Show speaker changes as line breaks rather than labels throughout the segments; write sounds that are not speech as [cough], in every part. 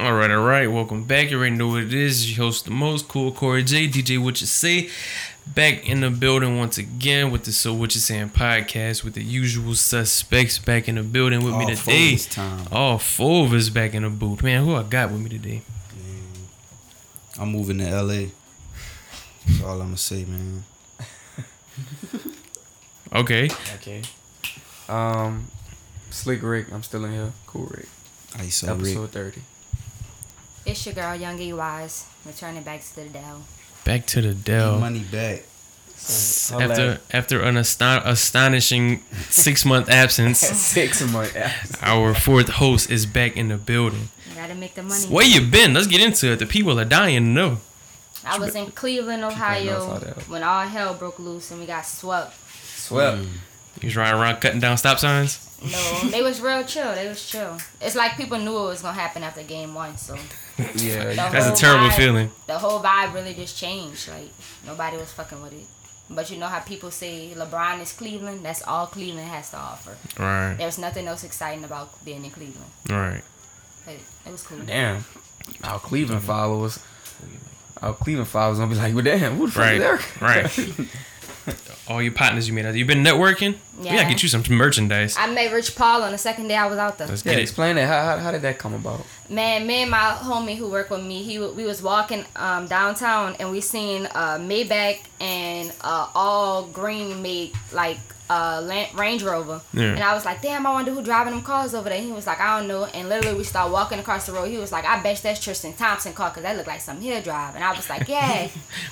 All right, all right. Welcome back. You already know what it is. Your host, the most cool Corey J, DJ What You Say, back in the building once again with the So What You Saying podcast with the usual suspects back in the building with
All
me
Oh, four
today.
this time.
All four of us back in the booth. Man, who I got with me today?
I'm moving to LA. That's all I'm gonna say, man.
Okay.
Okay. Um, Slick Rick, I'm still in here. Cool Rick.
ISO Rick.
Episode 30.
It's your girl, Young E. Wise, returning back to the Dell.
Back to the
Get
Dell.
Money back.
So, I'll
After
last
after an aston- astonishing six month
[laughs]
absence,
six months after.
our fourth host is back in the building.
You gotta make the money.
Where you been? Let's get into it. The people are dying to know.
I was in Cleveland,
knows
Ohio
how that-
when all hell broke loose and we got swept.
Swept.
You was riding around cutting down stop signs.
No, they was real chill. They was chill. It's like people knew it was gonna happen after game one, so
Yeah. you-
That's
That's
Oh,
a terrible
my.
feeling.
the whole vibe really just changed. Like nobody was fucking with it. But you know how people say LeBron is Cleveland? That's all Cleveland has to offer.
Right,
There's nothing else exciting about being in Cleveland.
right.
But it was cool.
Damn. Our Cleveland followers. Our Cleveland followers gonna be like, well, damn, who the fuck
Right,
is Eric? [laughs]
[laughs]
right. All your partners you made out. You been networking? Yeah. We
Yeah.
gotta get you some merchandise.
I met Rich Paul on the second day I was out there.
Let's
yeah,
get it.
explain that. How, how, how did that come about?
Man, me and my homie who worked with me, he wa- we was walking um, downtown and we seen uh, Maybach and uh, all green made like uh, Lan- Range Rover.
Yeah.
And I was like, damn, I wonder who driving them cars over there. he was like, I don't know. And literally we start walking across the road. He was like, I bet that's Tristan Thompson car because that looked like something he'll drive. And I was like, yeah.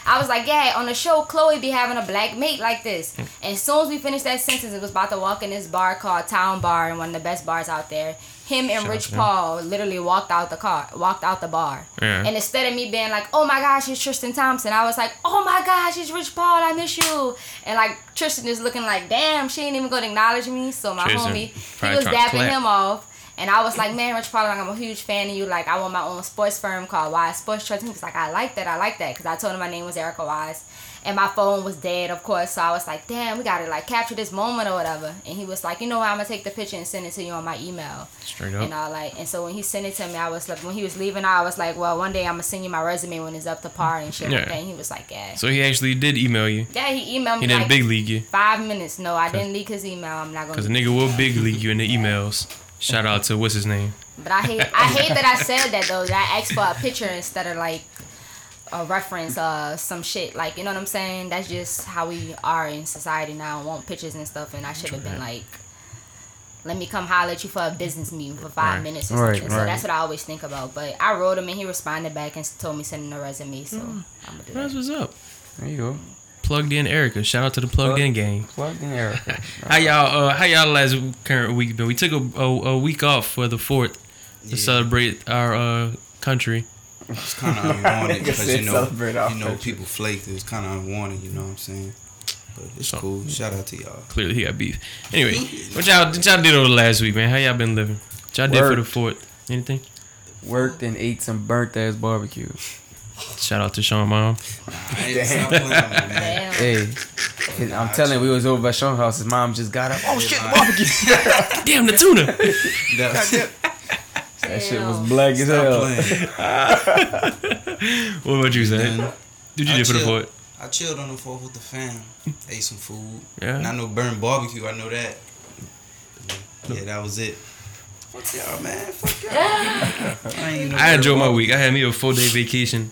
I was like, yeah. On the show, Chloe be having a black mate like this. And as soon as we finished that sentence, it was about to walk in this bar called Town Bar and one of the best bars out there. Him and
Shout out to
Rich
them.
Paul all literally walked out the car, walked out the bar.
Yeah.
And instead of me being like, "Oh my gosh, it's Tristan Thompson," I was like, "Oh my gosh, it's Rich Paul. I miss you." And like Tristan is looking like, "Damn, she ain't even gonna acknowledge me." So my
Tristan
homie, he
probably
was
trying to
dabbing
clap.
him off. And I was like, man, Rich Paul, like, I'm a huge fan of you. Like, I want my own sports firm called Wise Sports Trust. And He was like, I like that. I like that. Because I told him my name was Erica Wise. And my phone was dead, of course. So I was like, damn, we got to, like, capture this moment or whatever. And he was like, you know what? I'm going to take the picture and send it to you on my email
Straight
and uh,
up.
all like and so when he sent it to me i was like when he was leaving i was like well one day i'm gonna send you my resume when it's up to par and shit
Yeah.
like that and he was like yeah
So he actually did email you.
yeah he emailed
He
me
didn't
like
big league you.
five minutes no i didn't leak his email i'm not
Because
gonna
a nigga will big league you in the emails. Shout out to what's his name?
but i hate i hate that i said that though that i asked for a picture instead of like a reference uh some shit like you know what i'm saying that's just how we are in society now want pictures and stuff and i should have been like let me come holler at you for a business meeting for five
Right.
minutes or
Right,
something. So
right.
that's what I always think about. But I wrote him and he responded back and told me send him a resume. So
Mm.
I'm gonna do that.
That's what's up.
There you go.
Plugged in Erica. Shout out to the plugged in gang.
Plugged in Erica.
How y'all? Uh, how y'all last current week been? We took a, a, a week off for the fourth to
Yeah.
celebrate our uh, country.
It's kind of unwanted
Nigga
because
said
you know,
celebrate our
you know,
country.
people flaked. It was kind of unwanted. You know what I'm saying? But it's
So-
cool. Shout out to y'all.
Clearly he got beef. Anyway, what y'all did y'all did over the last week, man? How y'all been living? What y'all did for the
Worked.
fourth? Anything?
Worked and ate some burnt ass barbecue.
Shout out to Sean Mom.
Hey, stop playing,
[laughs]
man.
Damn.
Hey. and I'm telling you, we was over by Sean's house. His mom just got up. Oh, shit, barbecue.
Damn the tuna. [laughs]
That-
That shit
Damn.
was black as
Stop
hell.
playing.
what about you, Zach?
Then
Did you
I
do for the
chilled.
fourth?
I chilled on the fourth with the fam. Ate some food.
Yeah.
Not no burnt barbecue. I know that. Yeah, that was it. Fuck y'all, man. Fuck y'all. I, ain't no
I
burnt
enjoyed my week. I had me a four day vacation.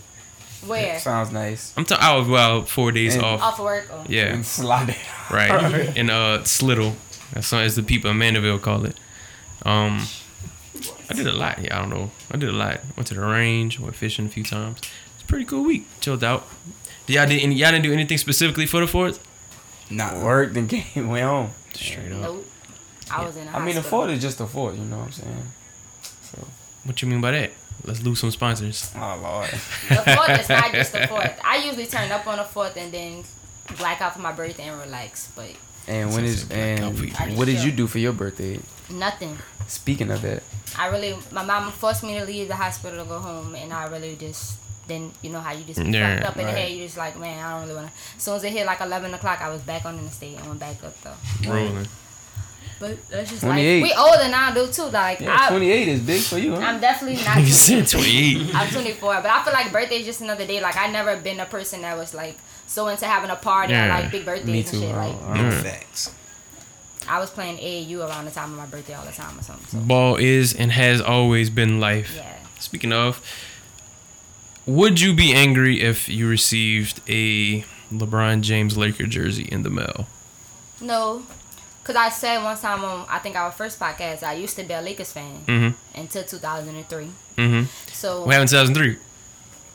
Where?
Sounds nice.
I'm talking. I was out four days
Yeah.
off.
Off of work. Oh.
Yeah,
And slide it. [laughs]
right. And uh, Slittle. That's as the people in Mandeville call it. Um, I did a lot. Yeah, I don't know. I did a lot. Went to the range. Went fishing a few times. It's a pretty cool week. Chilled out. Did y'all did any, y'all didn't do anything specifically for the fourth?
Nah.
Worked and came, went home.
Straight up.
Nope. I was in. the
I mean, the
hospital.
fort is just a fort, you know what I'm saying?
What you mean by that? Let's lose some sponsors.
Oh, Lord.
The fourth is not just the fourth. I usually turn up on the fourth and then black out for my birthday and relax. But
And when is and what did you do for your birthday?
Nothing.
Speaking of that,
I really, my mom forced me to leave the hospital to go home, and I really just then you know how you just
Yeah,
fucked up in the
right.
head. You just like, man, I don't really want to. As soon as it hit like eleven o'clock, I was back on in the state and went back up though.
Rolling.
But that's just
28.
like we older now though too. Like
yeah,
I,
twenty eight is big for you. Huh?
[laughs]
I'm definitely not.
You
[laughs]
said 28.
I'm 24, but I feel like birthday is just another day. Like I never been a person that was like so into having a party or
Yeah.
like big birthdays
Me
and
too. Uh,
shit.
I
Like
don't- I don't-
No
Yeah.
facts.
I was playing AAU around the time of my birthday all the time or something. So
Ball is and has always been life.
yeah,
Speaking of, would you be angry if you received a LeBron James Laker jersey in the mail?
no, cause I said one time on I think our first podcast I used to be a Lakers fan
Mm.
Mm-hmm.
until 2003.
Mm-hmm.
So
What happened in 2003?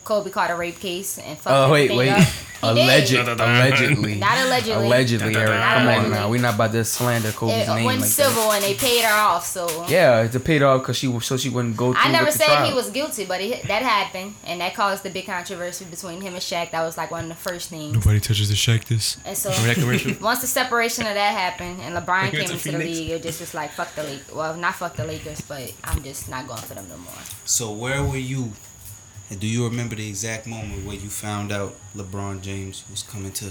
Kobe caught a rape case and fucked
Oh wait,
everything
wait.
up. He did.
[laughs] Alleged, allegedly,
Not allegedly.
allegedly, Eric.
Not
Come on
allegedly.
now, we're not about to slander Kobe's
It
name
went
like
civil
that.
and they paid her off. So
Yeah, to paid off because she so she wouldn't go. Through
I never
with the
said
trial.
he was guilty, but it, that happened, and that caused the big controversy between him and Shaq. That was like one of the first things.
Nobody touches the Shaq this.
And so,
Remember that commercial?
[laughs] once the separation of that happened, and LeBron
He went
came
to
into the
Phoenix.
league, it just was like fuck the league. Well, not fuck the Lakers, but I'm just not going for them no more.
So where were you? And do you remember the exact moment where you found out LeBron James was coming to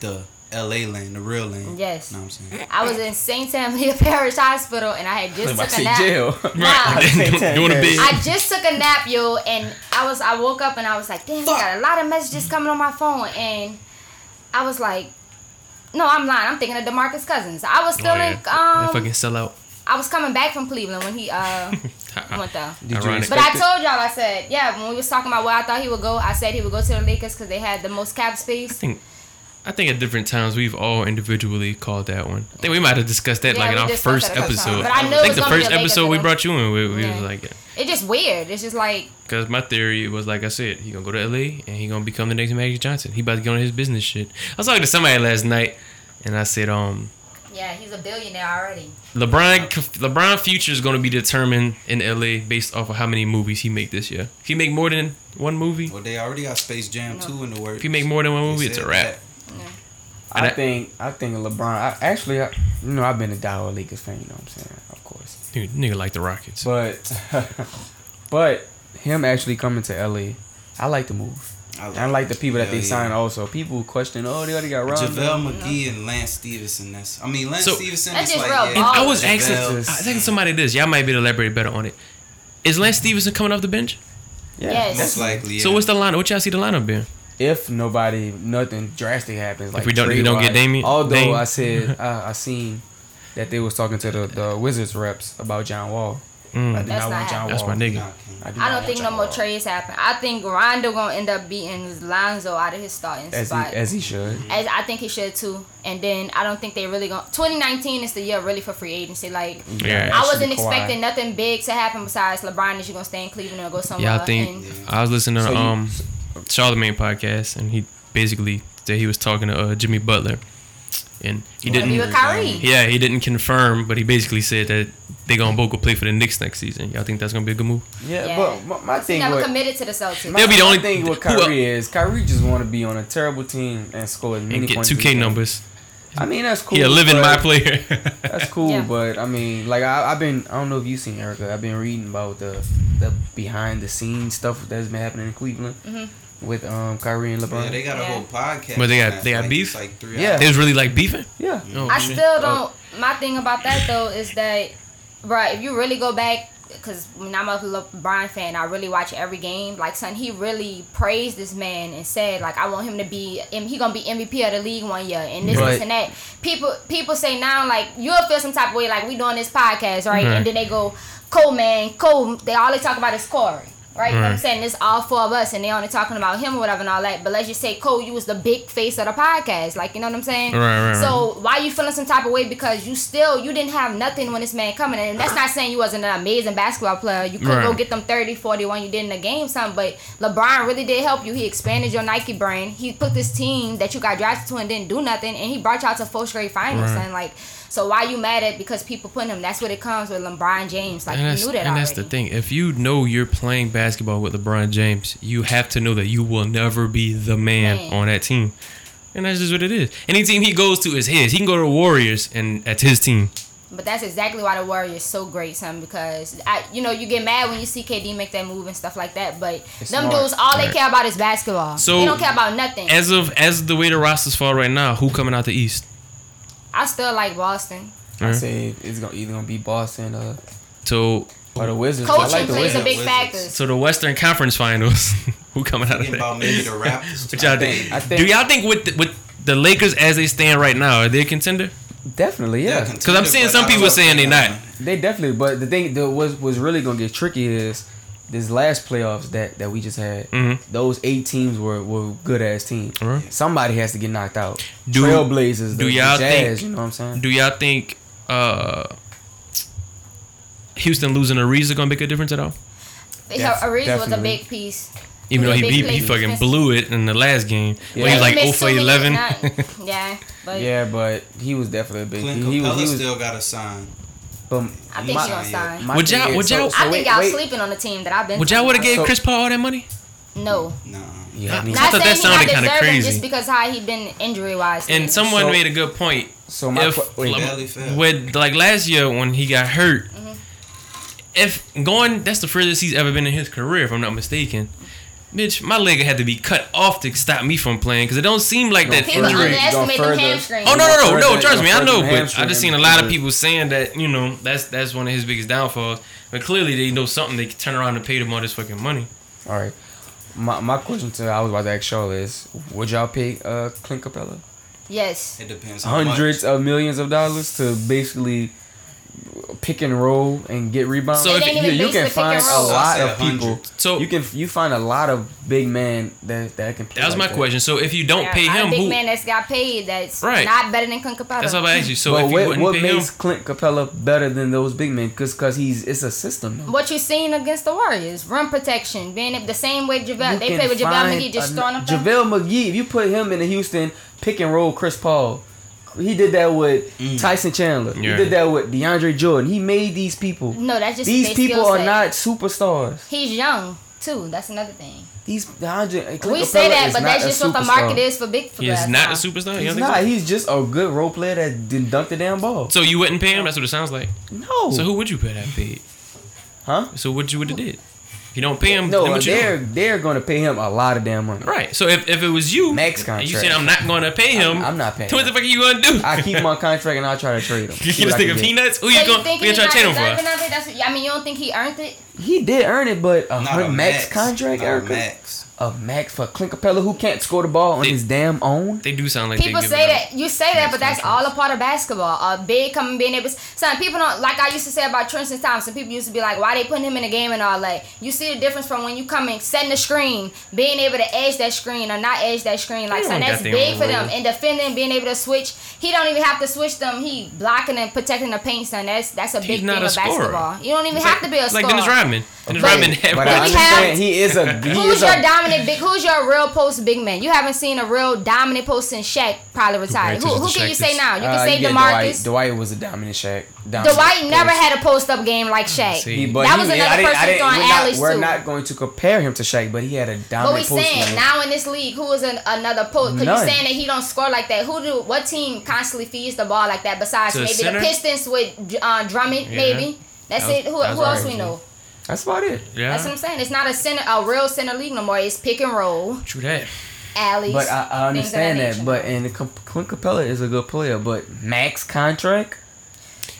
the LA land, the real land?
Yes.
Know what I'm saying?
I was in St. Tammany [laughs] Parish Hospital, and I had just
About to
took a
say
nap.
jail.
[laughs] Nah.
[laughs] Doing a bit.
I just took a nap, yo, and I was I woke up and I was like, damn, I got a lot of messages coming on my phone, and I was like, no, I'm lying. I'm thinking of Demarcus Cousins. I was still
Oh, yeah.
in
that
um,
fucking sellout.
I was coming back from Cleveland when he
[laughs]
uh went there.
Did you
Ironic.
But I
Expected-
told y'all, I said, yeah, when we was talking about where I thought he would go, I said he would go to the Lakers because they had the most cap space.
I think at different times we've all individually called that one. I think we might have discussed that
Yeah,
like in
we
our
discussed
first
that a couple
episode.
times. But I knew it
think
was
the
gonna be
first
a Lakers
episode we
episode.
brought you in, we, we
Yeah.
was like,
It's just weird. It's just like
because my theory was like I said, he gonna go to LA and he gonna become the next Magic Johnson. He about to get on his business shit. I was talking to somebody last night, and I said, um,
yeah, he's a billionaire already.
LeBron LeBron future is gonna be determined in LA based off of how many movies he make this year. If he make more than one movie,
Well, they already got Space Jam 2 in the works.
if he make more than one
They
movie, it's a
said
wrap.
I think I think LeBron. I actually, I, you know, I've been a diehard Lakers fan. You know what I'm saying? Of course,
Dude, nigga like the Rockets.
but [laughs] but him actually coming to LA, I like the move.
that. I
And I like the people that
Hell
they
yeah.
signed. Also, people question, oh, they already got Rondo.
JaVale McGee and Lance Stevenson. That's I mean Lance
So-
Stevenson.
That's
is
just
like,
real
And
Oh, yeah,
ball.
I was
JaVale.
asking, I was asking somebody this. Y'all might be able to elaborate better on it. Is Lance Stevenson coming off the bench?
Yeah.
Yes.
Most likely. Yeah.
So what's the lineup? What y'all see the lineup being?
If nobody, nothing drastic happens, like
we don't- if we don't get
trade-wise.
Damian-
Although
Dame.
I said uh, I seen that they was talking to the, the Wizards reps about John Wall. I
Mm,
do
That's
not
not
want John
that's
Wall.
my nigga.
Nah, King.
do
I
not
don't
want
think no
John
more
Wall.
trades happen. I think Rondo gonna end up beating Lonzo out of his starting
As he,
spot.
as he should.
As I think he should too. And then I don't think they really going 2019 is the year really for free agency. Like
Yeah.
I wasn't
Actually, Kawhi.
expecting nothing big to happen besides LeBron is you gonna stay in Cleveland or go somewhere.
Y'all think?
and-
I was listening to
So you-
um Charlemagne podcast, and he basically said he was talking to uh, Jimmy Butler, and he
Wanna be
didn't.
with Kyrie.
Yeah, he didn't confirm, but he basically said that they gonna both go play for the Knicks next season. Y'all think that's gonna be a good move?
Yeah,
Yeah.
but my, my
He
thing
never
with
committed to the Celtics.
They'll be the
my
only-
thing with
who el-
Kyrie is Kyrie just want to be on a terrible team and score as many
And get
points
two
as
K
he can.
numbers.
I mean, that's cool.
yeah, living my
but-
player. [laughs]
That's cool,
Yeah.
but I mean, like I, I've been, I don't know if you've seen Erica. I've been reading about the the behind the scenes stuff that's been happening in Cleveland
Mm-hmm.
with um Kyrie and LeBron.
Yeah, they got a
Yeah.
whole podcast.
But they got-
on that.
they got
like,
beef?
it's Like three
Yeah.
they was really like beefing.
yeah.
Oh,
I
shit.
still don't. My thing about that though is that, bruh, if you really go back, because when I'm a LeBron fan, I really watch every game. Like, son, he really praised this man and said, like, I want him to be, and he gonna be MVP of the league one year, and this,
Right.
this, and that. People, people say now, like, you'll feel some type of way, like we doing this podcast,
Right.
right? And then they go, Cole, man, Cole. They all they talk about is Corey. Right, You know what I'm
Right.
saying it's all four of us, and they only talking about him or whatever and all that. But let's just say Cole, you was the big face of the podcast, like you know what I'm saying.
Right, right,
So why you feeling some type of way because you still you didn't have nothing when this man coming in. and that's not saying you wasn't an amazing basketball player you could go
Right.
get them 30 40 when you did in the game something but lebron really did help you he expanded your nike brand he put this team that you got drafted to and didn't do nothing and he brought y'all to fourth grade finals
Right.
and like so why you mad at because people putting him that's what it comes with lebron james like
and
you
that's,
knew that
and
already
that's the thing. If you know you're playing basketball with LeBron James, you have to know that you will never be the man,
Man.
on that team. And that's just what it is. Any team he goes to is his. He can go to the Warriors, and that's his team.
But that's exactly why the Warriors is so great, son. Because I, you know, you get mad when you see KD make that move and stuff like that. But
It's
them
smart.
dudes, all they
Right.
care about is basketball.
So-
they don't care about nothing.
As of as the way the rosters fall right now, who coming out the East?
I still like Boston.
I
Right.
say it's gonna either gonna be Boston or,
So
or the Wizards. I
Coaching
like the
plays a
Wizards.
big
Wizards.
factor.
so the Western Conference Finals, [laughs] who coming out of
Thinking about
that?
maybe the Raptors.
What y'all
I think-
think?
I think-
Do y'all think with the, with the Lakers as they stand right now, are they a contender?
Definitely,
They're
yeah.
a contender,
Because I'm seeing
but
some
I don't
people
know if
saying they
gonna
not.
win.
They definitely, but the thing that was was really gonna get tricky is this last playoffs that that we just had.
Mhm.
Those eight teams were were good ass teams.
Mhm.
Somebody has to get knocked out.
Do-
Trailblazers,
do
the,
y'all
the Jazz,
think-
you know what I'm saying?
Do y'all think uh, Houston losing Ariza gonna make a difference at all?
Def-
Ariza was a
definitely.
big piece.
Even though
was
he
a
he,
big
he
piece.
fucking blew it in the last game.
Yeah.
Where he was like
He
oh
missed
for
too many-
11.
not- yeah, but
yeah, but he was definitely a big.
Clint
He, he was.
Capella
He was.
still got a sign.
but
I think
My-
she gonna sign.
my
Would
thing
y'all-
is-
would
so-
y'all-
so
I think
wait-
y'all
wait-
sleeping on the team that I've
[laughs]
been.
Would y'all would have gave
So-
Chris Paul all that money?
No.
Nah.
Yeah, I mean,
thought
Not
that
saying he
sounded
not
kinda
deserving
crazy.
just because how he been injury wise.
And someone
So-
made a good point.
so my
if-
que- wait,
Lem-
Barely fell.
With like last year when he got hurt,
Mm-hmm.
if going that's the furthest he's ever been in his career, if I'm not mistaken. Bitch, my leg had to be cut off to stop me from playing because it don't seem like that
He was
injury.
underestimating
Going
them
further.
hamstrings.
Oh no no no
Further-
no! Trust me, I know, but I
hamstring
just seen a lot of
injury.
people saying that you know that's that's one of his biggest downfalls. But clearly they know something. They can turn around and pay them all this fucking money.
All right. My, my question to I was about to ask y'all is would y'all pay uh Clint Capella
Yes.
It depends. how much.
hundreds of millions of dollars to basically pick and roll and get rebounds?
So It if- ain't
even
you, you
basically
can
pick
find
and
a
roll.
lot
I
of
said
people.
100.
So-
you can you find a lot of big men that that can. Play
That was my
like
question. So if you don't
Yeah,
pay
not
him,
a big
who?
man that's got paid that's
Right.
not better than Clint Capella.
That's all I asked you. So
but
if you
what,
wouldn't
what
pay
makes
him,
Clint Capella better than those big men? Because he's it's a system. though.
What you seen against the Warriors, run protection, being the same way Javale.
You
They
can
play with Javale
find
McGee, just
an-
throwing up. there.
JaVale McGee, if you put him in the Houston pick and roll Chris Paul, he did that with Tyson Chandler.
Mm. Yeah.
He did that with DeAndre Jordan. He made these people.
No, that's just
these
their
people
skill
are
set.
not superstars.
He's young too. That's another thing.
These DeAndre Clint
we say
Capella
that,
is
but
not
that's
a
just what the
superstar.
market is for big. For
he is
us
not
now.
a superstar. You
He's
don't think
not.
so?
He's just a good role player that didn't dunk the damn ball.
So you wouldn't pay him? That's what it sounds like.
No.
So who would you pay that paid?
Huh?
So what you would have did? If you don't pay him, then
No,
what you
they're
doing?
they're gonna pay him a lot of damn money.
Right. So if, if it was you,
Max
and you
contract.
said I'm not going to pay him.
I'm- I'm not paying
Then What the
him.
fuck are you going to do?
I keep him on contract and I try to trade him.
[laughs] you
See what
just
I can
think of
get.
peanuts? Who
So
you
you
going?
think
We
he's
gonna
not
trade him
deserving
for?
of it? That's what, I mean, you don't think he earned it?
He did earn it, but a
Not
hun-
a
max, contract,
Not a
Erica.
max.
A max for Clint Capella who can't score the ball on
They-
his damn own.
They do sound like
People
they
say that you say that,
Max
but that's all a part of basketball. A big coming being able. Son, people don't like I used to say about Tristan Thompson. People used to be like, why they putting him in the game and all that. You see the difference from when you coming setting the screen, being able to edge that screen or not edge that screen. Like
Everyone
son,
got
that's
their
big
own
for them.
rules.
And defending, being able to switch. He don't even have to switch them. He blocking and protecting the paint. Son, that's that's a
He's
big
not
thing
a
of
scorer.
basketball. You don't even
It's
have
like-
to be a
it's
scorer.
like Dennis Rodman. Dennis Rodman had
but
We
I
have-
understand he is a he
Who's
is
your
a
dominant big? Who's your real post big man? You haven't seen a real dominant post since Shaq probably retired.
Right,
Who,
just
who can you
distracted.
say now? You can
Uh,
say
yeah,
Demarcus. Dwight,
Dwight, Dwight was a dominant Shaq.
never had a post up game like Shaq.
see.
but
that was another
didn't-
person
didn't-
throwing
we're not-
alleys
We're
too.
not going to compare him to Shaq, but he had a
But we
dominant post
saying
game.
now in this league, who is an, another post? Because
None.
you saying that he don't score like that. Who do? What team constantly feeds the ball like that? Besides
To the
maybe
center?
the Pistons with uh, Drummond,
Yeah.
maybe. That's
That was-
it.
that
Who,
was
who else
alright,
we know?
That's about it.
Yeah.
That's what I'm saying. It's not a center, a real center league no more. It's pick and roll,
True that.
alleys.
But I, I
things of that
understand that.
nature.
But and Cap- Clint Capella is a good player, but max contract,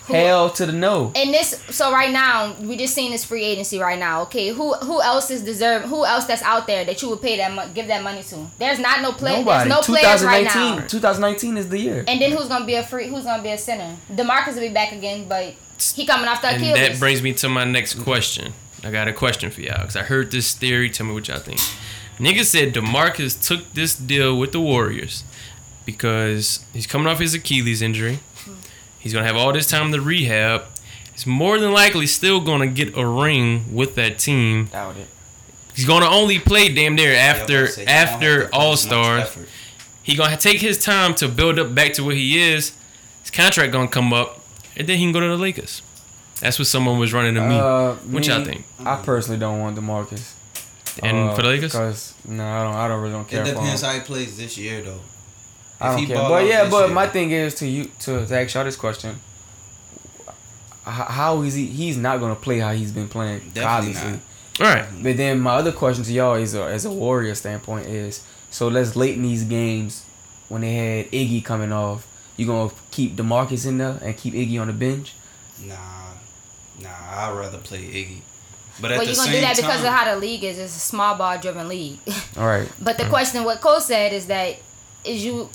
hell to the no.
And this, so right now, we just seen this free agency right now. Okay, who who else is deserve? Who else that's out there that you would pay that mon- give that money to? There's not no play.
Nobody.
There's no players right
2019.
now.
2019 is the year.
And then who's gonna be a free? Who's gonna be a center? Demarcus will be back again, but he coming off the
And
Achilles.
that brings me to my next question. I got a question for y'all because I heard this theory. Tell me what y'all think. Nigga said Demarcus took this deal with the Warriors because he's coming off his Achilles injury. He's gonna have all this time to rehab. He's more than likely still gonna get a ring with that team.
Doubt it.
He's gonna only play damn near
Yeah, I
after
was gonna say, he don't have to
after
put as
All
much
Stars.
effort.
He gonna take his time to build up back to where he is. His contract gonna come up, and then he can go to the Lakers. That's what someone was running to me.
Uh,
What y'all think?
I personally don't want Demarcus.
and
Uh,
for the Lakers,
because no, I don't. I don't really don't care
It
for
depends
him.
how he plays this year, though.
I
he
don't care.
ball
But
out
yeah,
this
but
year-
my thing is to you to, to ask y'all this question. H- How is he? He's not gonna play how he's been playing.
Definitely
obviously.
not.
All right.
But then my other question to y'all is, uh, as a Warrior standpoint, is so let's late in these games when they had Iggy coming off, you gonna keep Demarcus in there and keep Iggy on the bench.
Nah, nah. I'd rather play Iggy. But at the
Well, you're
same
gonna do that
time,
because of how the league is. It's a small ball driven league. [laughs]
All right.
but
Mm.
the question, what Cole said, is that is you,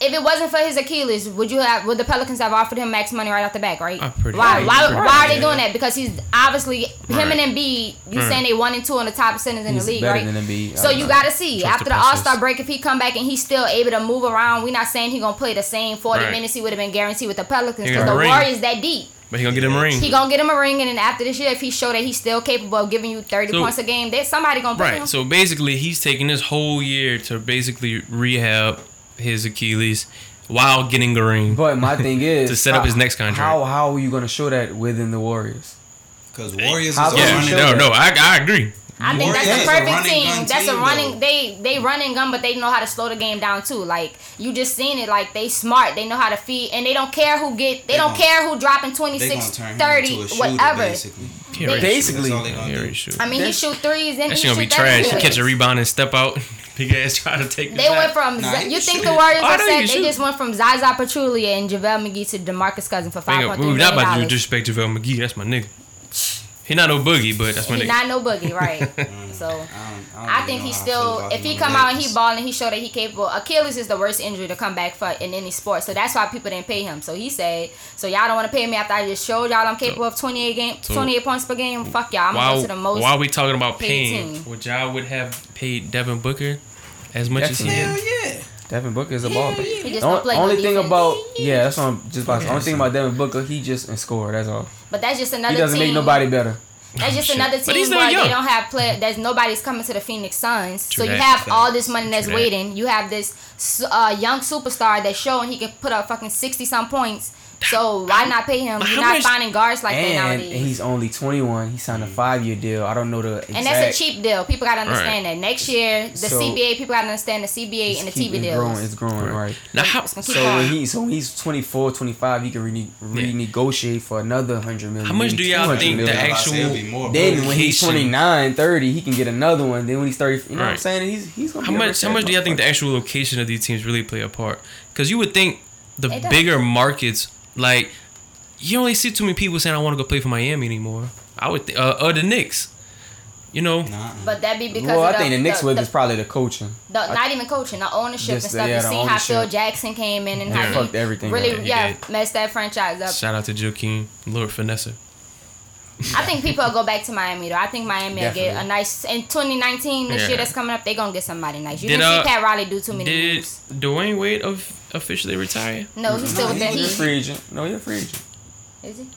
if it wasn't for his Achilles, would you have? Would the Pelicans have offered him max money right off the back? Right?
I'm pretty-
why?
I'm
Why?
pretty-
why are they
yeah.
doing that? Because he's obviously him
Right. Mm.
and Embiid. You
Right.
saying they one and two on the top centers in
He's
the league,
better
right?
than Embiid. Uh, I
So
don't
you
know.
gotta see
Trust
after
the
the All
process.
Star break if he come back and he's still able to move around. We're not saying he gonna play the same forty
Right.
minutes he would have been guaranteed with the Pelicans
He
because
got
the
a ring.
Warriors that deep.
But he gonna get him a ring.
He gonna get him a ring, and then after this year, if he show that he's still capable of giving you thirty
So-
points a game, there's somebody gonna pick him.
Right. So basically, he's taking this whole year to basically rehab his Achilles while getting a ring.
But my thing is
To set up his next contract.
How how are you gonna show that within the Warriors?
because Warriors
How
is a
about
yeah.
you
running.
No. No. I, I agree.
I think
Warriors
that's
is
the
a
perfect
running
team.
gun
That's a
team,
running.
though.
They they run and gun, but they know how to slow the game down too. Like you just seen it. Like they smart. They know how to feed, and they don't care who get. They,
They
don't
gonna-
care who dropping 26,
They're gonna turn him
30,
into a shooter,
whatever.
basically.
Yeah, right.
They-
That's all they
Yeah,
gonna
yeah,
do.
right, shoot.
I mean, he
That's-
shoot threes, then
That
he
shit gonna be
shoot thirty
trash. He catch a
points.
rebound and step out. [laughs] Big ass try to take.
They went from
Nah,
Za-
he
you think
shoot.
the Warriors
Oh, I
are
know
set?
he
They
shoot.
just went from Zaza Pachulia and JaVale McGee to DeMarcus Cousins for five
Hang up.
point
We're not
three million
about to
dollars.
disrespect JaVale McGee. That's my nigga. He not no boogie, but that's my
He
nigga.
not no boogie, right?
[laughs]
Mm.
so.
I, don't, I, don't
I
really know how I
think he
feel
still,
about
if he
him
come
on
out and he
Lakers.
ball and he show that he capable. Achilles is the worst injury to come back for in any sport, so that's why people didn't pay him. So he said, "So y'all don't want to pay me after I just showed y'all I'm capable of 28 game,
So-
28 points per game. Fuck y'all, I'm
Why?
going to the most."
why are we talking about
paid
paying?
team.
Would y'all would have paid Devin Booker as much as he
Definitely.
did?
Hell yeah.
Devin Booker is a ball. player.
He just
The
don't
on-
play
only
no
thing
defense.
about yeah, that's what I'm just about. to say.
Yeah,
only thing
so-
about Devin Booker, he just and score. That's all.
but that's just another.
He doesn't
team.
make nobody better.
That's just
Shit.
another
But he's
team
still
where
young.
they don't have play. There's nobody's coming to the Phoenix Suns,
True
so you
that.
have
Fact.
all this money that's
True that.
waiting. You have this s- uh, young superstar that's showing he can put up fucking sixty some points. So why not pay him?
How
You're not
much-
finding guards like that
and
nowadays.
he's only 21. He signed a
Mm.
five year deal. I don't know the exact.
And that's a cheap deal. People gotta understand that. Next year, the
So-
CBA people gotta understand the CBA
it's
and the
keep-
TV
it's
deals.
growing. It's growing, right?
Now how?
It's gonna keep
So when
going.
he so when he's 24, 25, he can rene- renegotiate for another hundred million.
How much
maybe
do y'all
200
think
million.
the
I'm about to say it'll
actual-
be more,
Then when he's
Location.
29, 30, he can get another one. Then when he's 30, you know what I'm
Right.
saying? He's he's gonna
How
be a
much?
rich
How
ass
much do y'all think
motherfucker.
the actual location of these teams really play a part? Because you would think the
It does.
bigger markets, like you only see too many people saying I want to go play for Miami anymore. I would, th- uh, or the Knicks. You know,
Nah.
but that'd be because
Well,
of
I
the,
think the Knicks
the,
with
the,
is probably the coaching.
the- not even coaching, the ownership
Just
and
the-
stuff.
yeah,
you
the
seen how Phil
ownership.
Jackson came in and
Yeah.
how
Fucked everything
really
up.
He
yeah,
did.
messed that franchise up.
shout out to Joakim, Lord Finesse.
I think people will go back to Miami though. I think Miami will get a
Definitely.
nice in 2019 this
Yeah.
year that's coming up. They gonna get somebody nice. You
Did,
didn't
uh,
see Pat Riley do too many
Did
moves.
Dwayne Wade of, officially retire?
No, he's still
No,
with the
he
You're a
Heat.
free agent. No, you're a free agent.
Is he?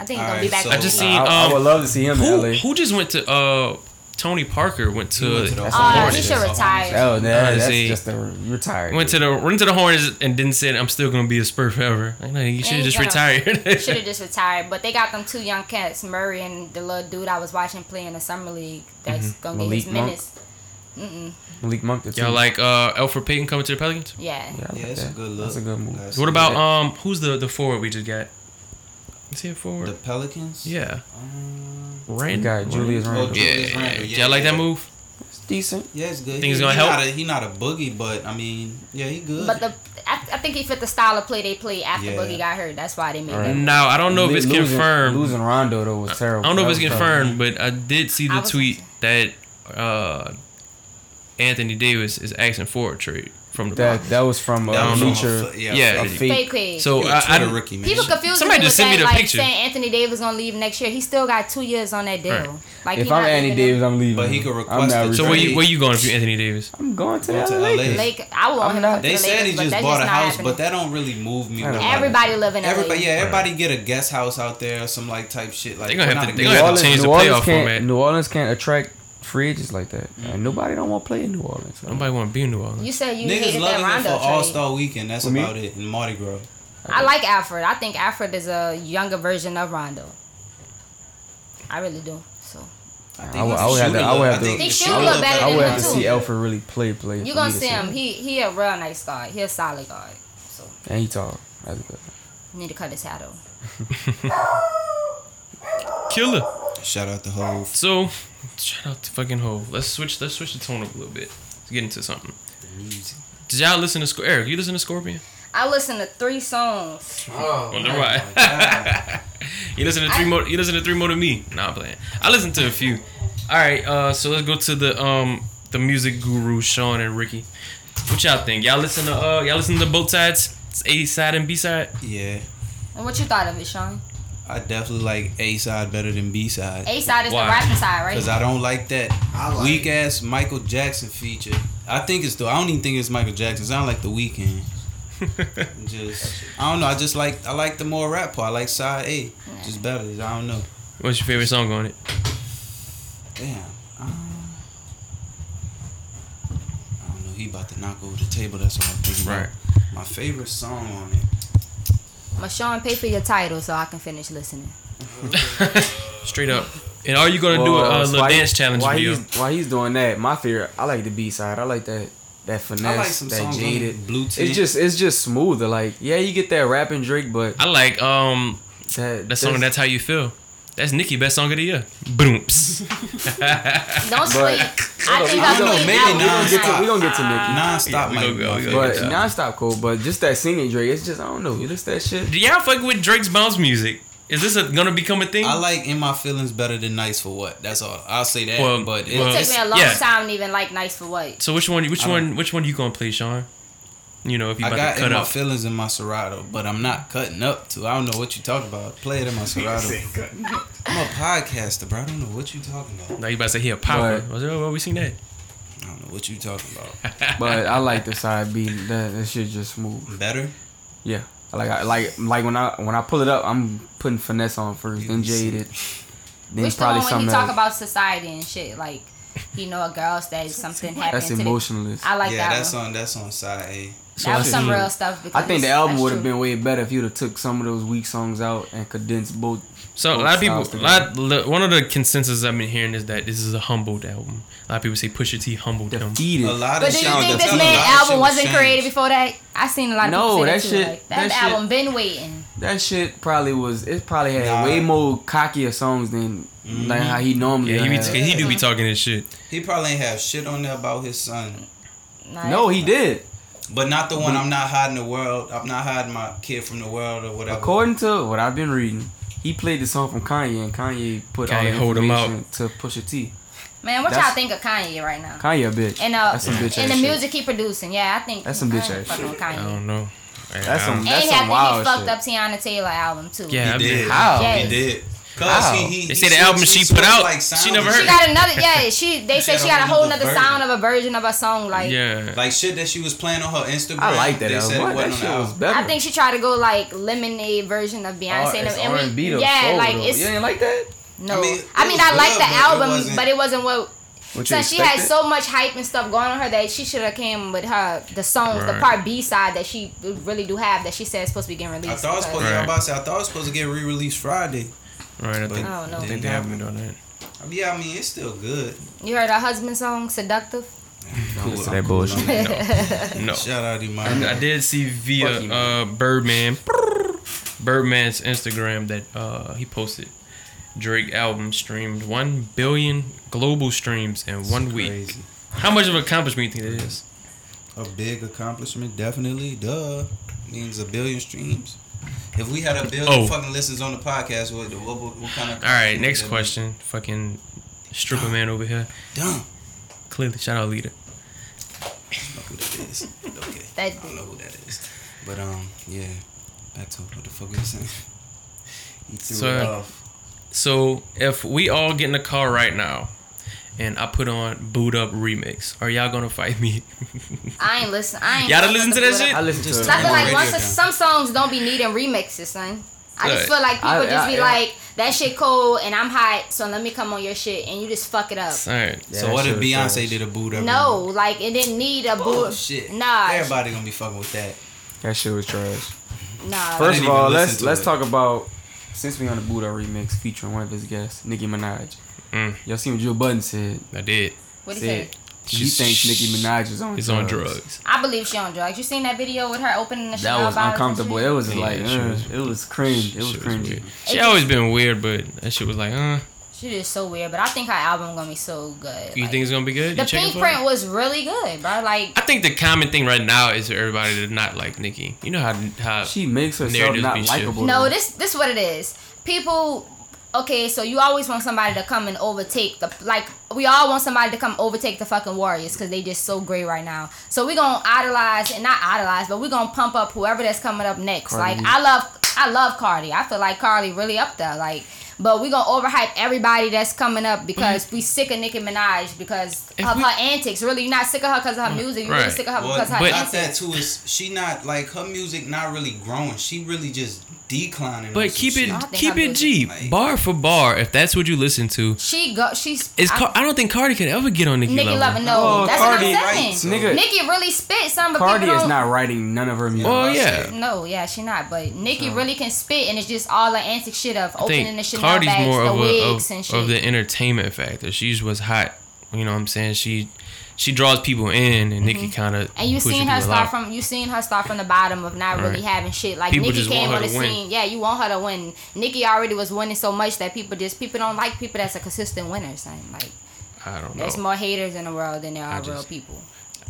I think he's
All
gonna be
right,
back.
so-
with
I just
the
seen.
Heat.
I,
Um,
I would love to see him
who,
in LA.
who just went to? Uh, Tony Parker went
He went
to.
to the
Went
That's
to,
all.
Uh, he
Hornets.
should retire.
Oh, that, that's
see.
just a retired.
the went to the Hornets and didn't say I'm still gonna be a Spur forever. I know you should have
he's
just
gonna-
retired.
Should have just retired, but they got them two young cats, Murray and the little dude I was watching play in the summer league. That's gonna
Malik
get his
Monk?
minutes. Mm-mm.
Malik Monk. The
[laughs] Y'all
team.
like uh, Alfred Payton coming to the Pelicans?
Yeah.
Yeah, I like
Yeah, that's a
that.
good look.
That's a good move.
That's
What
a
about
good-
um? Who's the the forward we just got? Is he a forward?
the Pelicans?
yeah,
Um,
Rand.
You got Julius
Randle.
Randle.
Yeah,
Julius
yeah.
Randle,
Did
yeah,
y'all like that
yeah.
move?
It's decent.
yeah, it's good.
Think
He-
it's gonna
he
help?
Not a, he not a boogie, but I mean, yeah, he good.
But the I, I think he fit the style of play they played after
Yeah.
Boogie got hurt. That's why they made
Alright.
that.
No, I don't know if
Lo-
it's
losing-
confirmed.
Losing Rondo though was
I
terrible.
don't know if
That
it's
was tough.
confirmed, but I did see
I
the
was-
tweet that uh, Anthony Davis is asking for a trade from the
That
Rockets.
that was from
That
a
was on
feature.
foot-
yeah,
A
it-
feat.
Fake it.
So
He a
I, I-
Twitter rookie, man.
People confused
Somebody
me with
just sent
that,
me the
like
picture.
saying Anthony Davis gonna leave next year. He's still got two years on that deal.
Right.
Like
If
he
I'm
not
Andy
leaving them.
Davis, I'm leaving.
But he could
I'm
request
not
it.
so
returning.
where you where you going if you Anthony Davis?
I'm going to
Go to
LA.
LA.
Like I
I'm
want him to
not-
come to
they
the
said he
Lakers, but
just
that's
bought a
not
house,
happening.
but that don't really move me.
I don't
with
know.
it.
everybody living in
Everybody,
LA.
yeah, everybody get a guest house out there, some like type shit. Like
They gonna have
not
to-
a
they
guest
gonna have
house.
to change the playoff
Orleans
format.
can't. New Orleans can't attract free agents like that.
Mm.
And nobody don't want to play in New Orleans.
Nobody want to be in New Orleans.
You said you
Niggas
hated that
loving it
Rondo
for All
trade.
Star Weekend. That's
For me?
about it. And Mardi Gras.
I like Alfred. I think Alfred is a younger version of Rondo. I really do. So
I think
I would,
he's
I would have to.
shooting
I would
look-
have
I
to.
think
They
the
shoot
shooting
look
look
better
I
than
would
him
have to
too.
see Alfred really play play.
You
for
gonna
me to
see him?
it.
He he a real nice guard. He a solid guard. So
And he tall. That's good.
you need to cut his hat off.
Killer.
Shout out to Hove.
So, shout out to fucking Ho. Let's switch. Let's switch the tone up a little bit. Let's get into something. Did y'all listen to Scorp? Eric? You listen to Scorpion?
I listened to three songs.
Oh,
Wonder why. [laughs] you listen to three more. You listen to three more than me. Nah, I'm playing. I listen to a few. All right. Uh, so let's go to the um the music guru Sean and Ricky. What y'all think? Y'all listen to uh y'all listen to both sides. It's A side and B side. [laughs]
Yeah,
And what you thought of it, Sean?
I definitely like A side better than B side.
A side is
Why?
the rapping side, right?
Cause I don't like that
I like
weak ass Michael Jackson feature. I think it's though. I don't even think it's Michael Jackson. It sound like The Weeknd. Just I don't know. I just like I like the more rap part. I like side A just better. I don't know.
What's your favorite song on it?
Damn. Um, I don't know. He about to knock over the table. That's what I'm thinking. about.
Right.
My favorite song on it.
But Sean, pay for your title so I can
[laughs]
finish listening.
Straight up. And are you gonna do a, uh little dance challenge
while
video?
He's, while he's doing that, my favorite. I like the B side. I like that that
I like
finesse,
some
that
songs on
jaded.
Blue Tint.
It's just it's just smoother. Like yeah, you get that rapping Drake, but
I like um
that
Ah, that song. That's how you feel. That's Nicki best song of the year. Boom. Psst.
Don't sleep. I think
I
I'm
don't know,
sleep
maybe
now.
we gonna get to we gonna get to Nicki.
non-stop.
Yeah, we
my,
gonna go, we
my
gonna
favorite
But
Yeah.
nonstop cool. But just that singing Drake, it's just I don't know. You listen to that
[laughs]
shit.
Do [laughs] y'all fuck with Drake's bounce music? Is this a, gonna become a thing?
I like in my feelings better than nice for what. That's all. I'll say that.
Well,
but it,
well-
It took me a long
Yeah.
time to even like Nice for What.
So which one? Which
I don't-
one? Which one you gonna play, Sean? You know, if you
I
about to
got in
cut
my
up.
feelings in my Serato, but I'm not cutting up to. I don't know what you talking about. Play it in my Serato. I'm a podcaster, bro. I don't know what you talking about.
Now you about to say here, Papa.
Right.
Was it, oh, we seen that?
I don't know what you talking
[laughs]
about.
But I like the side B. That, that shit just smooth.
Better.
Yeah. Like I like like when I when I pull it up, I'm putting finesse on first, then jaded, then
Which the
probably
one when
something
he
else.
talk about society and shit, like he know a girl that something happened
That's
to. the-
emotionless.
I like
yeah,
that
that's
one.
on that's on side A.
So
That was
that's
some
true.
real stuff. Because
I think the
that's
album would have
true.
been way better if you'd have took some of those weak songs out and condensed both.
So a
Both
lot of
styles
people, a lot,
together.
li- one of the consensus I've been hearing is that this is a humbled album. A lot of people say Pusha T humbled him.
Defeated.
A lot
But
of
do
shit.
you think this
a lot
man
of shit
album
was
wasn't
changed.
created before that? I seen a lot of
No,
people say
that
that,
shit-
too. Like, that,
that shit-
album been waiting.
That shit probably was. It probably had
Nah.
way more cockier songs than like how he normally.
Yeah, he, be
had.
he do be talking his shit.
He probably ain't have shit on there about his son,
Like,
no, he did.
but not the one. I'm not hiding the world. I'm not hiding my kid from the world or whatever.
According to what I've been reading, he played the song from Kanye, and Kanye put all the
Kanye hold him out.
information to Pusha T.
man, what y'all
That's-
think of Kanye right now?
Kanye a bitch.
And uh,
that's some bitch ass
and the
shit.
music he producing, yeah, I think
That's some
I
bitch
ain't
ass
fucking
shit.
with
I
Kanye.
don't know. Man,
That's
I
some-
don't-
And
That's
he, had,
wild
he fucked
shit.
up Tiana Taylor album too.
Yeah,
He
I've
did.
been,
How?
Yeah.
He did. Cause
How?
he, he,
They say the
he switched-
album she put
switched,
out,
Like,
she
sounds
never
and
heard
She
shit.
got
[laughs]
another. Yeah, she. They
She
said
had
she
a
got a
whole
whole
nother
nother
version.
sound of a version of a song. Like
yeah.
Like shit that she was playing on her Instagram.
I like that
They said it
album. That
wasn't
shit
on the
was
album.
better.
I think she tried to go like lemonade version of
Oh,
Beyonce. and,
it's
and we-
R&B though,
yeah,
soul
like
though.
it's
you ain't like that.
no.
I
I
mean,
mean,
it
I
was good,
like the
but it
album,
wasn't-
but it wasn't what.
What you
So she had
expected?
so much hype and stuff going on her that she should have came with her the songs, the
Right.
part B side that she really do have that she said is supposed to be getting
I
released.
thought it was supposed to,
Right.
I'm about to say, I thought it was supposed to get re-released Friday.
Right. I
But
think,
I don't know.
I think
didn't
they
happen.
haven't done that.
I mean, Yeah, I mean, it's still good.
you heard her husband's song "Seductive."
Cool.
listen to
I'm
that
cool
bullshit.
on that. [laughs]
No.
Shout out to
And I
my
did see
Fuck you,
via uh, Birdman, Birdman's Instagram that uh, he posted Drake album streamed one billion global streams in one week.
Crazy.
How much of an accomplishment do you think it is?
A big accomplishment, definitely. Duh. Means a billion streams. If we had a billion
Oh.
fucking listeners on the podcast, what, what, what, what kind of.
All right, next question. Fucking stripper man over here.
Dumb.
Clearly, shout out leader.
I don't know who that is. Okay.
That
I don't know who that is. But, um, yeah. Back to what the fuck you was saying. [laughs] He threw
So-
it off.
So if we all get in the car right now, and I put on boot up remix, are y'all gonna fight me? [laughs]
I ain't listen. I ain't.
Y'all done listen to that shit?
I listen to
Just
it.
I feel
Turn
like
the
once
radio
some songs don't be needing remixes, son. I
Right.
just feel like people
I-
just
I-
be
yeah.
like, that shit cold and I'm hot, so let me come on your shit and you just fuck it up.
All right.
Yeah,
so,
that
what if
shit was
Beyonce
trash.
did a boot up?
No, like it didn't need a boot.
Bullshit.
Nah,
Everybody gonna be fucking with that.
That shit was trash.
nah.
First
didn't
of
even
all,
listen
let's
to
let's
it.
talk about since we on the Buddha remix featuring one of his guests, Nicki Minaj.
Mm.
Y'all seen what Joe Budden said?
I did.
What he
said
said?
he thinks Nicki Minaj is on
is
drugs.
on drugs.
I believe she on drugs. You seen that video with her opening the
That
Chanel
was
bottles and
uncomfortable.
shit?
It was just
Yeah,
like,
she
uh,
was-
it was cringe. It was
Shit
cringe.
weird. She always been weird, but that shit was like, uh,
She just so weird, but I think her album gonna be so good.
you
Like,
think it's gonna be good?
the
you checking
pink
for it?
print was really good, bro. Like
I think the common thing right now is for everybody to not like Nicki. You know how how
She makes herself
Narratives
not
be shit.
likable.
No,
though.
this this what it is. People, okay, so you always want somebody to come and overtake the like we all want somebody to come overtake the fucking Warriors because they just so great right now. So we gonna idolize and not idolize, but we gonna pump up whoever that's coming up next.
Cardi.
Like I love I love Cardi. I feel like Cardi really up there. Like. But we gonna overhype everybody that's coming up because we sick of Nicki Minaj because
If
of
we- Mm,
her antics. Really, you're not sick of her because of her music. You're really
right.
sick of her
Well,
because of her
but-
not
antics.
that too. Is she not like her music? Not really growing. She really just declining. on
But
some
keep
shit.
it
I think
keep
I'm
it
good.
G
Like-
bar for bar. If that's what you listen to,
she go. She's.
it's
I-
Car- I don't think Cardi could ever get on Nicki,
Nicki
level.
Lovin', no.
Oh,
that's
Cardi,
what I'm
right,
saying.
so-
Nigga,
Nicki really spit some, but
Cardi
people
is
don't-
not writing none of her music.
Well,
I'm
yeah.
No, yeah, she not. But Nicki really can spit, and it's just all the antic shit of
I
opening the
think
Chanel
Cardi's
bags,
more
the
of a
wigs
of,
and shit.
of the entertainment factor. She's was hot. You know what I'm saying? She she draws people in, and Nicki kind of
Mm-hmm. and you seen her start from you seen her start from the bottom of not really
Right.
having shit. Like
People
Nicki
just want
came
her
on the
to win.
scene. Yeah, you want her to win. Nicki already was winning so much that people just people don't like people that's a consistent winner. Son. Like
I don't
there's
know.
more haters in the world than there are real
just-
people.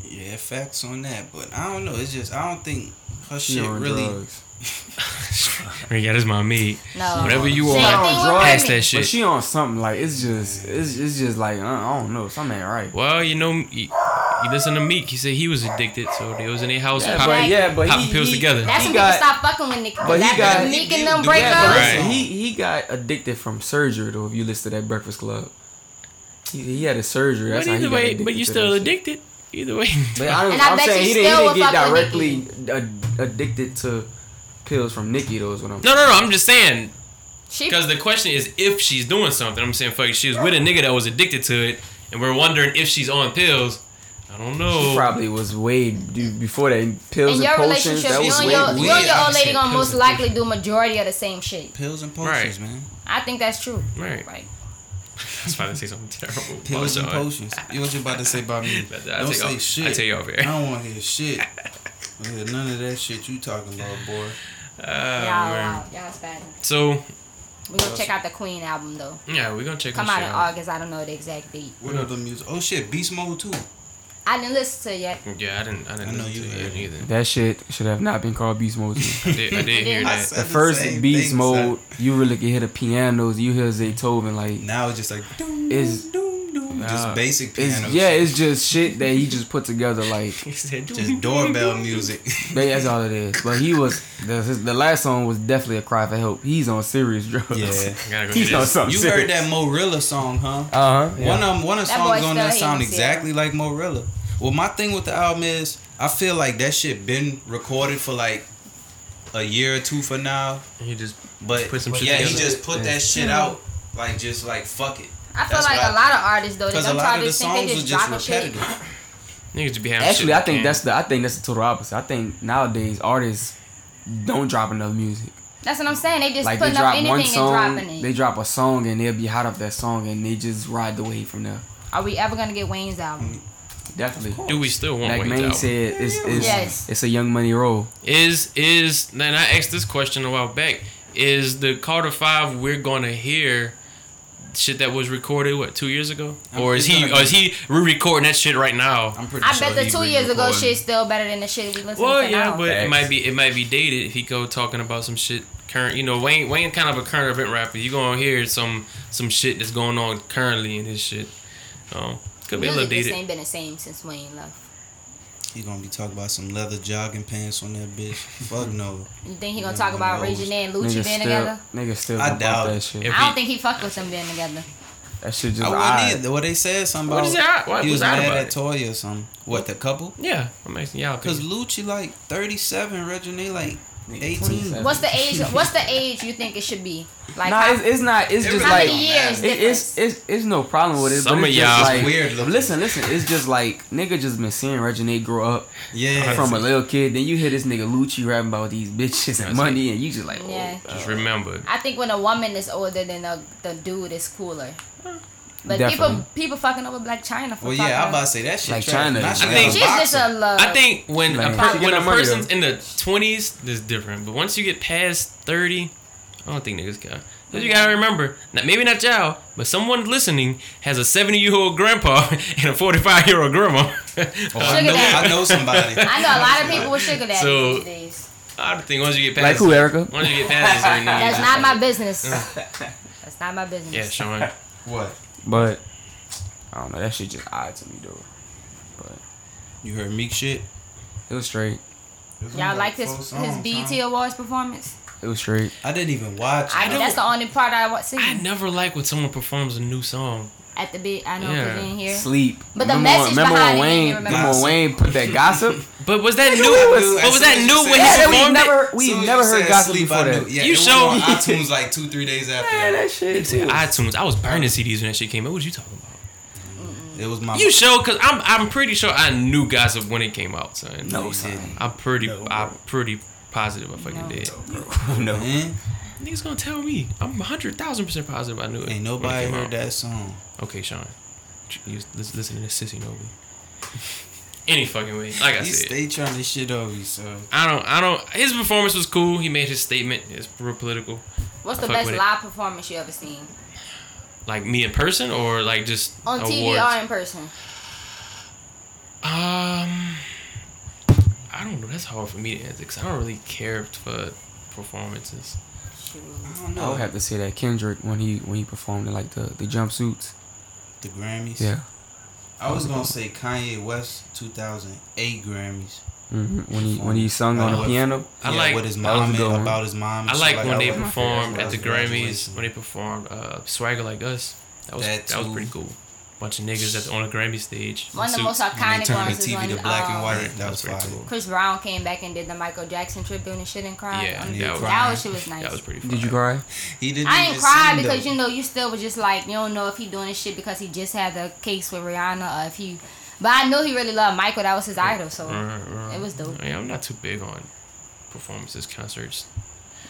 Yeah, facts on that. But I don't know. It's just I don't think her
She
shit
on
really.
drugs.
[laughs] yeah, that's my meat.
No,
Whatever you
Same
are,
thing with
drugs.
pass
women.
that
But
shit.
she on something like it's just it's, it's just like uh, I don't know something ain't right.
Well, you know, you, you listen to Meek. He said he was addicted, so they was in their house
Yeah,
popping,
but, yeah, but
popping
he,
pills
he-
together.
That's
he
when
got,
people stop fucking with Nicki.
but he
That's
got-
when Nicki
Nicki
and them
do
break
that,
up.
but
Right.
He he got addicted from surgery though. If you listen to that Breakfast Club, he, he had a surgery. That's
But
how he
either
got
way,
addicted
but you
to
still
that shit.
addicted. Either way,
[laughs] But I don't,
And I
I'm
bet
saying
you
he didn't, he
still
didn't get
would fuck with
directly ad- addicted to pills from Nicki though. Is what I'm.
no, no, no. I'm just saying
She
because the question is if she's doing something. I'm saying fuck, she was with a nigga that was addicted to it, and we're wondering if she's on pills. I don't know.
She probably was way d- before that pills
in
and,
your
potions.
relationship,
That
you
was
and
way
your,
weird.
you and your
I
old lady
said
gonna
pills
most
and
likely do majority of the same shit.
Pills and potions,
Right.
man.
I think that's true.
Right.
Like,
That's why they say something terrible.
Pills and
Sorry.
potions. You know what you about to say
[laughs]
about me?
I- I
don't
take
say
off-
shit.
I tell you off air.
I don't want to
[laughs]
hear shit. I don't hear none of that shit you talking about, boy.
Uh,
y'all,
man.
wow, y'all bad.
So
We gonna check out the Queen album though.
yeah, we're gonna check
Come
this
out
shit
in August. I don't know the exact date.
What other music? Oh shit, Beast Mode too.
I didn't listen to it yet.
Yeah, I didn't. I didn't
I know
listen
you
to it
heard it.
either.
That shit should have not been called
[laughs]
Beast Mode.
I did, I did hear
I
that.
said
the
the
first
same
Beast
thing,
Mode, you really can hear the pianos. You hear Zaytoven
Mm-hmm.
like
Now it's just like doom,
It's-
doom, doom,
Nah.
just basic
it's
piano.
yeah,
shit.
it's just shit that he just put together. Like
He said,
just doorbell
[laughs]
music. [laughs]
that's all it is. But he was the, his, the last song was definitely a cry for help. He's on serious drugs. [laughs]
yeah.
I gotta go
He's
do
on
this.
something.
You heard that Morilla song, huh?
Uh huh.
One of 'em- one of the
That boy
songs on there
still
sound
hates,
exactly like Morilla. Well, my thing with the album is I feel like that shit been recorded for like a year or two for now,
He just
but
Put some shit
yeah, he
together.
just put that shit out like just like fuck it.
I feel
That's
like
what I
a lot of artists though, they
Because a
don't
lot
try
of
to
the
think
songs was
they just
just
dropping shit.
repetitive.
niggas just be having shit
Actually, I
they
think
can.
that's the I think that's the total opposite. I think nowadays artists don't drop enough music.
That's what I'm saying. They just
like they
putting up
drop
anything
one
and
song,
dropping it.
they drop a song, and they'll be hot off that song, and they just ride the wave from there.
Are we ever gonna get Wayne's album?
Definitely.
Do we still want
Like
Wayne's
Maine
album?
said, it's it's,
Yes.
it's a Young Money roll.
Is is and I asked this question a while back. Is the Carter Five we're gonna hear shit that was recorded what two years ago,
I'm-
or is
it's
he
gonna
or
be-
is he re-recording that shit right now?
I'm pretty
I
sure
bet the
he
two years ago
re-recording.
shit still better than the shit we listening
Well,
to
yeah,
now.
but it
Facts.
might be it might be dated if he go talking about some shit current. You know, Wayne Wayne kind of a current event rapper. You gonna hear some some shit that's going on currently in his shit. Um, could be a little
Music just
dated.
ain't been the same since Wayne left.
He gonna be talking about some leather jogging pants on that
[laughs]
bitch. Fuck no.
You think he gonna
Yeah,
talk about
those-
Ray Janae and
Niggas
Lucci being
still,
together?
niggas still
I
bump off
doubt
that
it.
shit.
If
I don't
he-
think he fucked with them being together.
That shit just
I
odd.
wouldn't either. Well, they said something
What
about
is that? What
he
was
was
that
mad
about
at
it?
Toya or something. What the couple?
Yeah, I'm asking y'all.
Cause
opinion.
Lucci like 37, Regine like 18.
27.
What's the
[laughs]
age? What's the age you think it should be? Like,
Nah,
how-
it's, it's not. It's
It
just
how
like
many years
it, it's, it's it's no problem with it.
Some of
but it's just
y'all
like,
weird looking.
Listen, listen. It's just like nigga just been seeing Regine grow up
Yeah.
from a little kid. Then you hear this nigga Lucci rapping about these bitches
That's
and money, and you just like, oh,
Yeah.
Just remember,
I think when a woman is older than a, the dude is cooler. But
Definitely.
people people fucking over Black China for
Well,
fucking.
yeah, I about to say that shit.
Like
trash.
China.
Not
I
China,
think-
She's
boxing.
just a love.
I think when
Like,
a
how she
per-
get
when a
her money,
person's
though?
in the twenties, that's different. But once you get past thirty, I don't think niggas got. Cause you gotta remember, now, maybe not y'all, but someone listening has a seventy-year-old grandpa [laughs] and a forty-five-year-old grandma. [laughs]
Oh,
I know,
daddy.
I know
[laughs]
somebody.
I know a lot of people with sugar daddies
So-
these days.
I think once you get past,
Like who, Erica?
once you get past a certain age,
That's
it's
not
like-
my
[laughs]
business. That's not my business.
Yeah, Sean.
What?
But I don't know. That shit just odd to me, though. But
You heard Meek shit?
it was straight.
Y'all like his his BET Awards performance?
It was straight.
I didn't even watch.
I,
it.
that's the only part I
[laughs]
want
I
singing
never like when someone performs a new song.
at the beat. I know
Yeah.
because you ain't here.
Sleep.
But the
remember
message
when, remember
behind it,
when
you
Wayne,
remember.
remember when Wayne put that
[laughs]
gossip?
But was that new?
was-
But was
I
that
see what
new
you
when he
said.
yeah, we
performed it?
never, we
Soon as
never
you
heard
said
gossip
sleep,
before
I knew-
that.
Yeah,
You
it was
showed
on
me.
iTunes like two, three days
[laughs]
after.
Man,
that.
that shit.
Said
was- [laughs]
iTunes. I was burning CDs when that shit came out. What you talking about?
It was my.
You sure? Cause I'm I'm pretty sure I knew Gossip when it came out, son.
No,
son.
son.
I'm pretty
No, bro.
I'm pretty positive I fucking did.
no.
Man,
Niggas gonna tell me. I'm hundred thousand percent positive I knew it.
ain't
when it
nobody
came
heard
out.
that song.
Okay, Sean. You was lis- listening to Sissy Novi. [laughs] Any fucking way. Like I
He
said.
stay trying to shit over you, so
I don't I don't his performance was cool. He made his statement. It's real political.
What's
I
the
fuck
best
with it.
live performance you ever seen
Like me in person or like just
on TV
awards?
or in person?
Um, I don't know. That's hard for me to answer because I don't really care for performances.
Shoot.
I don't
I
know.
would have to say that Kendrick when he when he performed in like the, the jumpsuits.
the Grammys.
Yeah.
I was gonna say Kanye West 2008 Grammys.
hmm When he when he sung on
I
the
love-
piano.
I
yeah,
like-
with his
That was a
mom and
good one.
about his mom. And
I
shit
like when
that.
they
I was-
performed
that
at
was
the
graduation.
Grammys. When they performed uh, "Swagger Like Us," that was
That
that, was
too.
pretty cool. Bunch of niggas at the, on the Grammy stage.
One of the
Suits.
most
When they
iconic
turned
ones
the
is
TV
when
to black and
um,
white, that
That's
was
pretty
fire.
cool.
Chris Brown came back and did the Michael Jackson tribute and shit and cried.
Yeah,
on
I'm
that was,
That was- shit was nice.
That was pretty. Fire.
Did you cry?
He didn't.
I
even
ain't cry
sing,
because
though.
you know you still was just like you don't know if he doing this shit because he just had the case with Rihanna or if he, but I know he really loved Michael. That was his idol, so it was dope.
Yeah, I'm not too big on performances, concerts.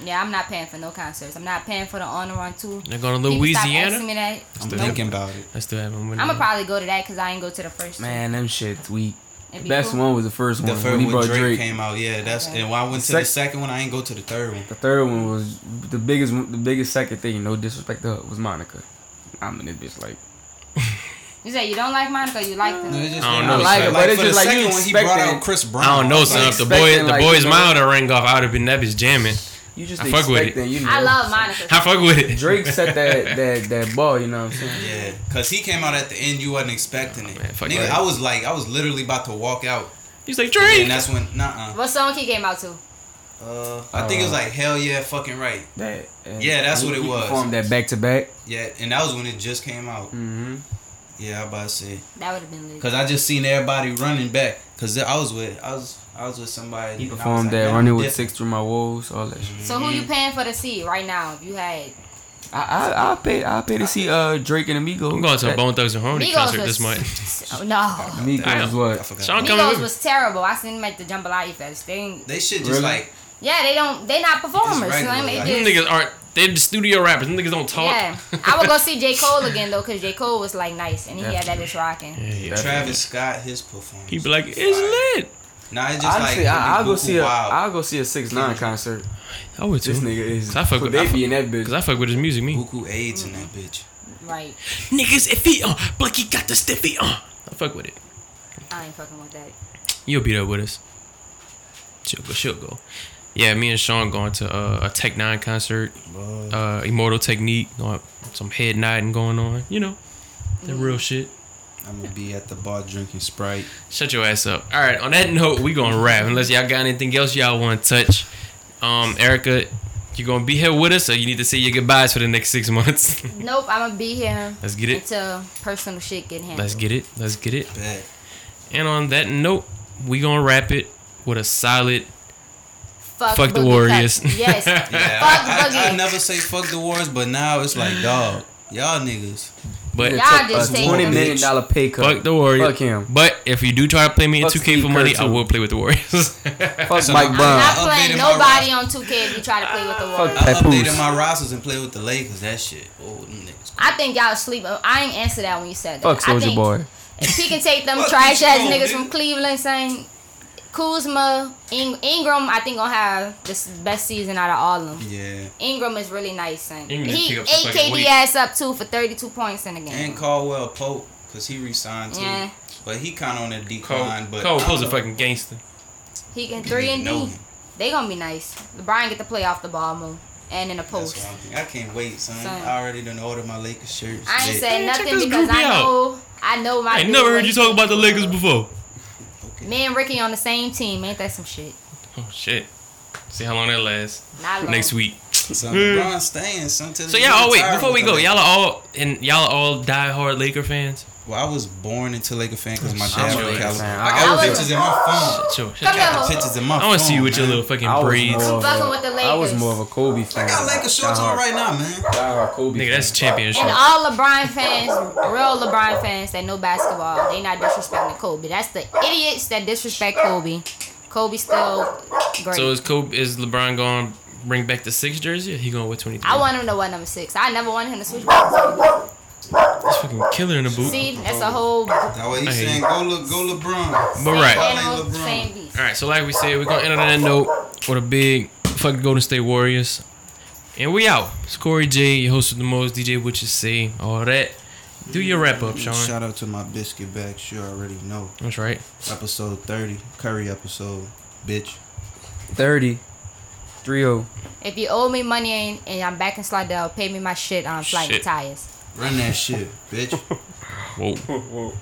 Yeah, I'm not paying for no concerts. I'm not paying for the on the run too.
They're going to
People Stop
Louisiana.
asking me that.
I'm
Still
thinking
have-
about it.
I still haven't. went
I'm gonna
there.
probably go to that because I ain't go to the first. two.
Man, them shits weak. The
It'd be
best
cool.
one was the first
The
one. when
first
he
one
brought
Drake,
Drake.
came out, yeah. That's
Okay.
and when I went to
Sec-
the second one, I ain't go to the third one.
The third one was the biggest one- the biggest second thing, no disrespect to her, was Monica. I'm in this bitch like
You say you don't like Monica, you like
No, it's
them.
just
I don't
when
know,
was-
son.
Like, but it's
for
just
the
like you
second one, he brought
expecting-
out Chris Brown.
I don't know,
was
son.
like,
If the boy, the
expecting,
boy's
like,
mouth rang off, I would have been that bitch jamming.
you just
I fuck with it.
expecting, you know.
I love Monica.
I fuck with it.
Drake
[laughs]
set that that that ball, you know what I'm saying?
Yeah, cause he came out at the end. You wasn't expecting it.
Oh, man, fuck
Nigga,
that.
I was like, I was literally about to walk out,
[laughs] He's like
and
Drake.
that's when, nah.
What song he came out to?
Uh, I think it was like, hell yeah, fucking right.
That and
Yeah, that's
he-
what it
he
was.
Performed that back to back.
Yeah, and that was when it just came out.
Mm-hmm.
Yeah, I about to say,
That would have been lit.
cause I just seen everybody running back. Cause I was with, I was, I was with somebody.
He
and I was
performed
like,
that
man,
running with
different.
six through my walls, all that. Shit.
So who you paying for to see right now? If you had
I I I pay I pay to see uh Drake and Amigos.
I'm going to a
That-
Bone Thugs and Harmony
Migos
concert
was
this month.
[laughs] s-
[laughs]
no.
I
Amigos
am.
I
what?
forgot.
Sean- I'm coming
Migos
with
was terrible. I seen them at the Jambalaya Fest. They, ain't-
They should just
Really?
like,
yeah, they don't. They not performers.
regular,
Like,
like-
Them
they just,
niggas aren't. They're the studio rappers. Them niggas don't talk. [laughs]
yeah, I would go see J Cole again though, cause J Cole was like nice and he had that just rocking.
Yeah, yeah.
Travis Scott his performance.
He be like, it's lit.
Nah, it's just
Honestly,
like,
I, I'll go see a
Wow.
will go see a six nine concert.
I would too.
This nigga is.
'Cause I fuck with. I
they
fuck,
be in that bitch.
Cause I fuck with his music, me.
Buku AIDS in that bitch.
Right.
Niggas iffy on, Blakey got the uh. stiffy on. I fuck with it.
I ain't fucking with that.
You'll be there with us. She'll go. She'll go. Yeah, me and Sean going to uh, a Tech Nine concert. Uh, Immortal Technique. Going, some head nodding going on. You know, the
Mm-hmm.
real shit.
I'm gonna be at the bar drinking Sprite.
Shut your ass up. All right. On that note, we gonna wrap. Unless y'all got anything else y'all want to touch. Um, Erica, you gonna be here with us, or you need to say your goodbyes for the next six months. [laughs]
Nope, I'm gonna be here
Let's get it.
until personal shit get handled.
Let's get it. Let's get it.
Bet.
[laughs] And on that note, we gonna wrap it with a solid.
Fuck,
Fuck the
Boogie
Warriors. [laughs]
Cousins. Yes.
Yeah,
Fuck
I, I,
Boogie.
I never say fuck the wars, but now it's
[laughs]
like, dog, y'all niggas.
But
Yeah. Y'all just
a
take
twenty
them.
million dollar pay cut.
fuck the Warriors. [laughs]
Fuck him.
But if you do try to play me in
Fuck
2K
Steve
for
Kerr,
money, I
too.
will play with the
[laughs]
Warriors.
Fuck Mike
I'm not
Brown.
Updated
playing
my Ah.
nobody on 2K if you try to play with the
Fuck
Warriors.
I
Papoose.
updated my rosters and played with the Lakers. That shit. Oh, them niggas. It's cool.
I think y'all sleep. I ain't answer that when you said that.
Fuck
I
Soldier
think
Boy.
If he can take them
Fuck
trash
these
ass
hoes,
niggas
nigga.
from Cleveland, saying Kuzma, In- Ingram, I think gonna have this best season out of all of them.
Yeah.
Ingram is really nice, son.
Ingram
He
pick
ate
up some fucking
KD
weight.
ass up too for 32 points in the
And
game.
Caldwell Pope, because he resigned too.
Yeah.
But he kind of on a
Cole,
decline. but
Cole
I
Poe's a
don't
fucking gangster.
He can
even
three and
know
D.
him.
They gonna be nice. LeBron get the play off the ball move and in the
That's
post.
what I'm thinking. I can't wait, son.
Son.
I already done ordered my Lakers shirts.
I ain't
Yeah.
saying
Man, check
nothing
this
because
groupie
I
out.
know I know my.
I ain't
dude
never heard you
ain't-
talk about the Lakers before.
Okay.
Me and Ricky on the same team. Ain't that some shit?
Oh shit. See how long that lasts.
Not long.
Next week.
Son,
Mm.
LeBron staying. Son, till
So
he
y'all, oh wait,
retire
before we
with the
go,
Lakers.
y'all are all and y'all are all diehard Laker fans.
Well, I was born into Laker fan because my
I'm
dad
a
was
Laker
California.
fan.
I
I
got
was-
pictures in my phone.
Sure, shut
Come
your-
here,
I
ho.
got pictures in my phone.
I want to see you with your
man.
little fucking
I was,
braids,
I'm
more of
fucking
a-
with the
I was
Lakers.
more of a Kobe fan.
I got Laker shorts on right now, man.
now. Kobe
nigga. That's
fan.
championship.
And all LeBron fans, real LeBron fans that know basketball, they not disrespecting Kobe. That's the idiots that disrespect Kobe. Kobe still great.
So is Kobe, is LeBron going to bring back the six jersey? Or he going with twenty three?
I want him to wear number six. I never wanted him to switch. back.
this fucking killer in the boot.
See, that's a whole
That
I
way he's
hear
saying, go look, go LeBron.
But
same
right.
animal,
LeBron.
same beast.
All right. So like we said, we're gonna end on that note with a big fuck the Golden State Warriors, and we out. It's Corey J, your host of the most DJ. What you say? All that. Do your wrap up, Sean.
Shout out to my biscuit bag. Sure, already know.
That's right.
Episode thirty, Curry episode, bitch.
30. 3
If you owe me money and, and I'm back in Slidell, pay me my shit on flight
Shit.
tires.
Run that shit, bitch.
Whoa.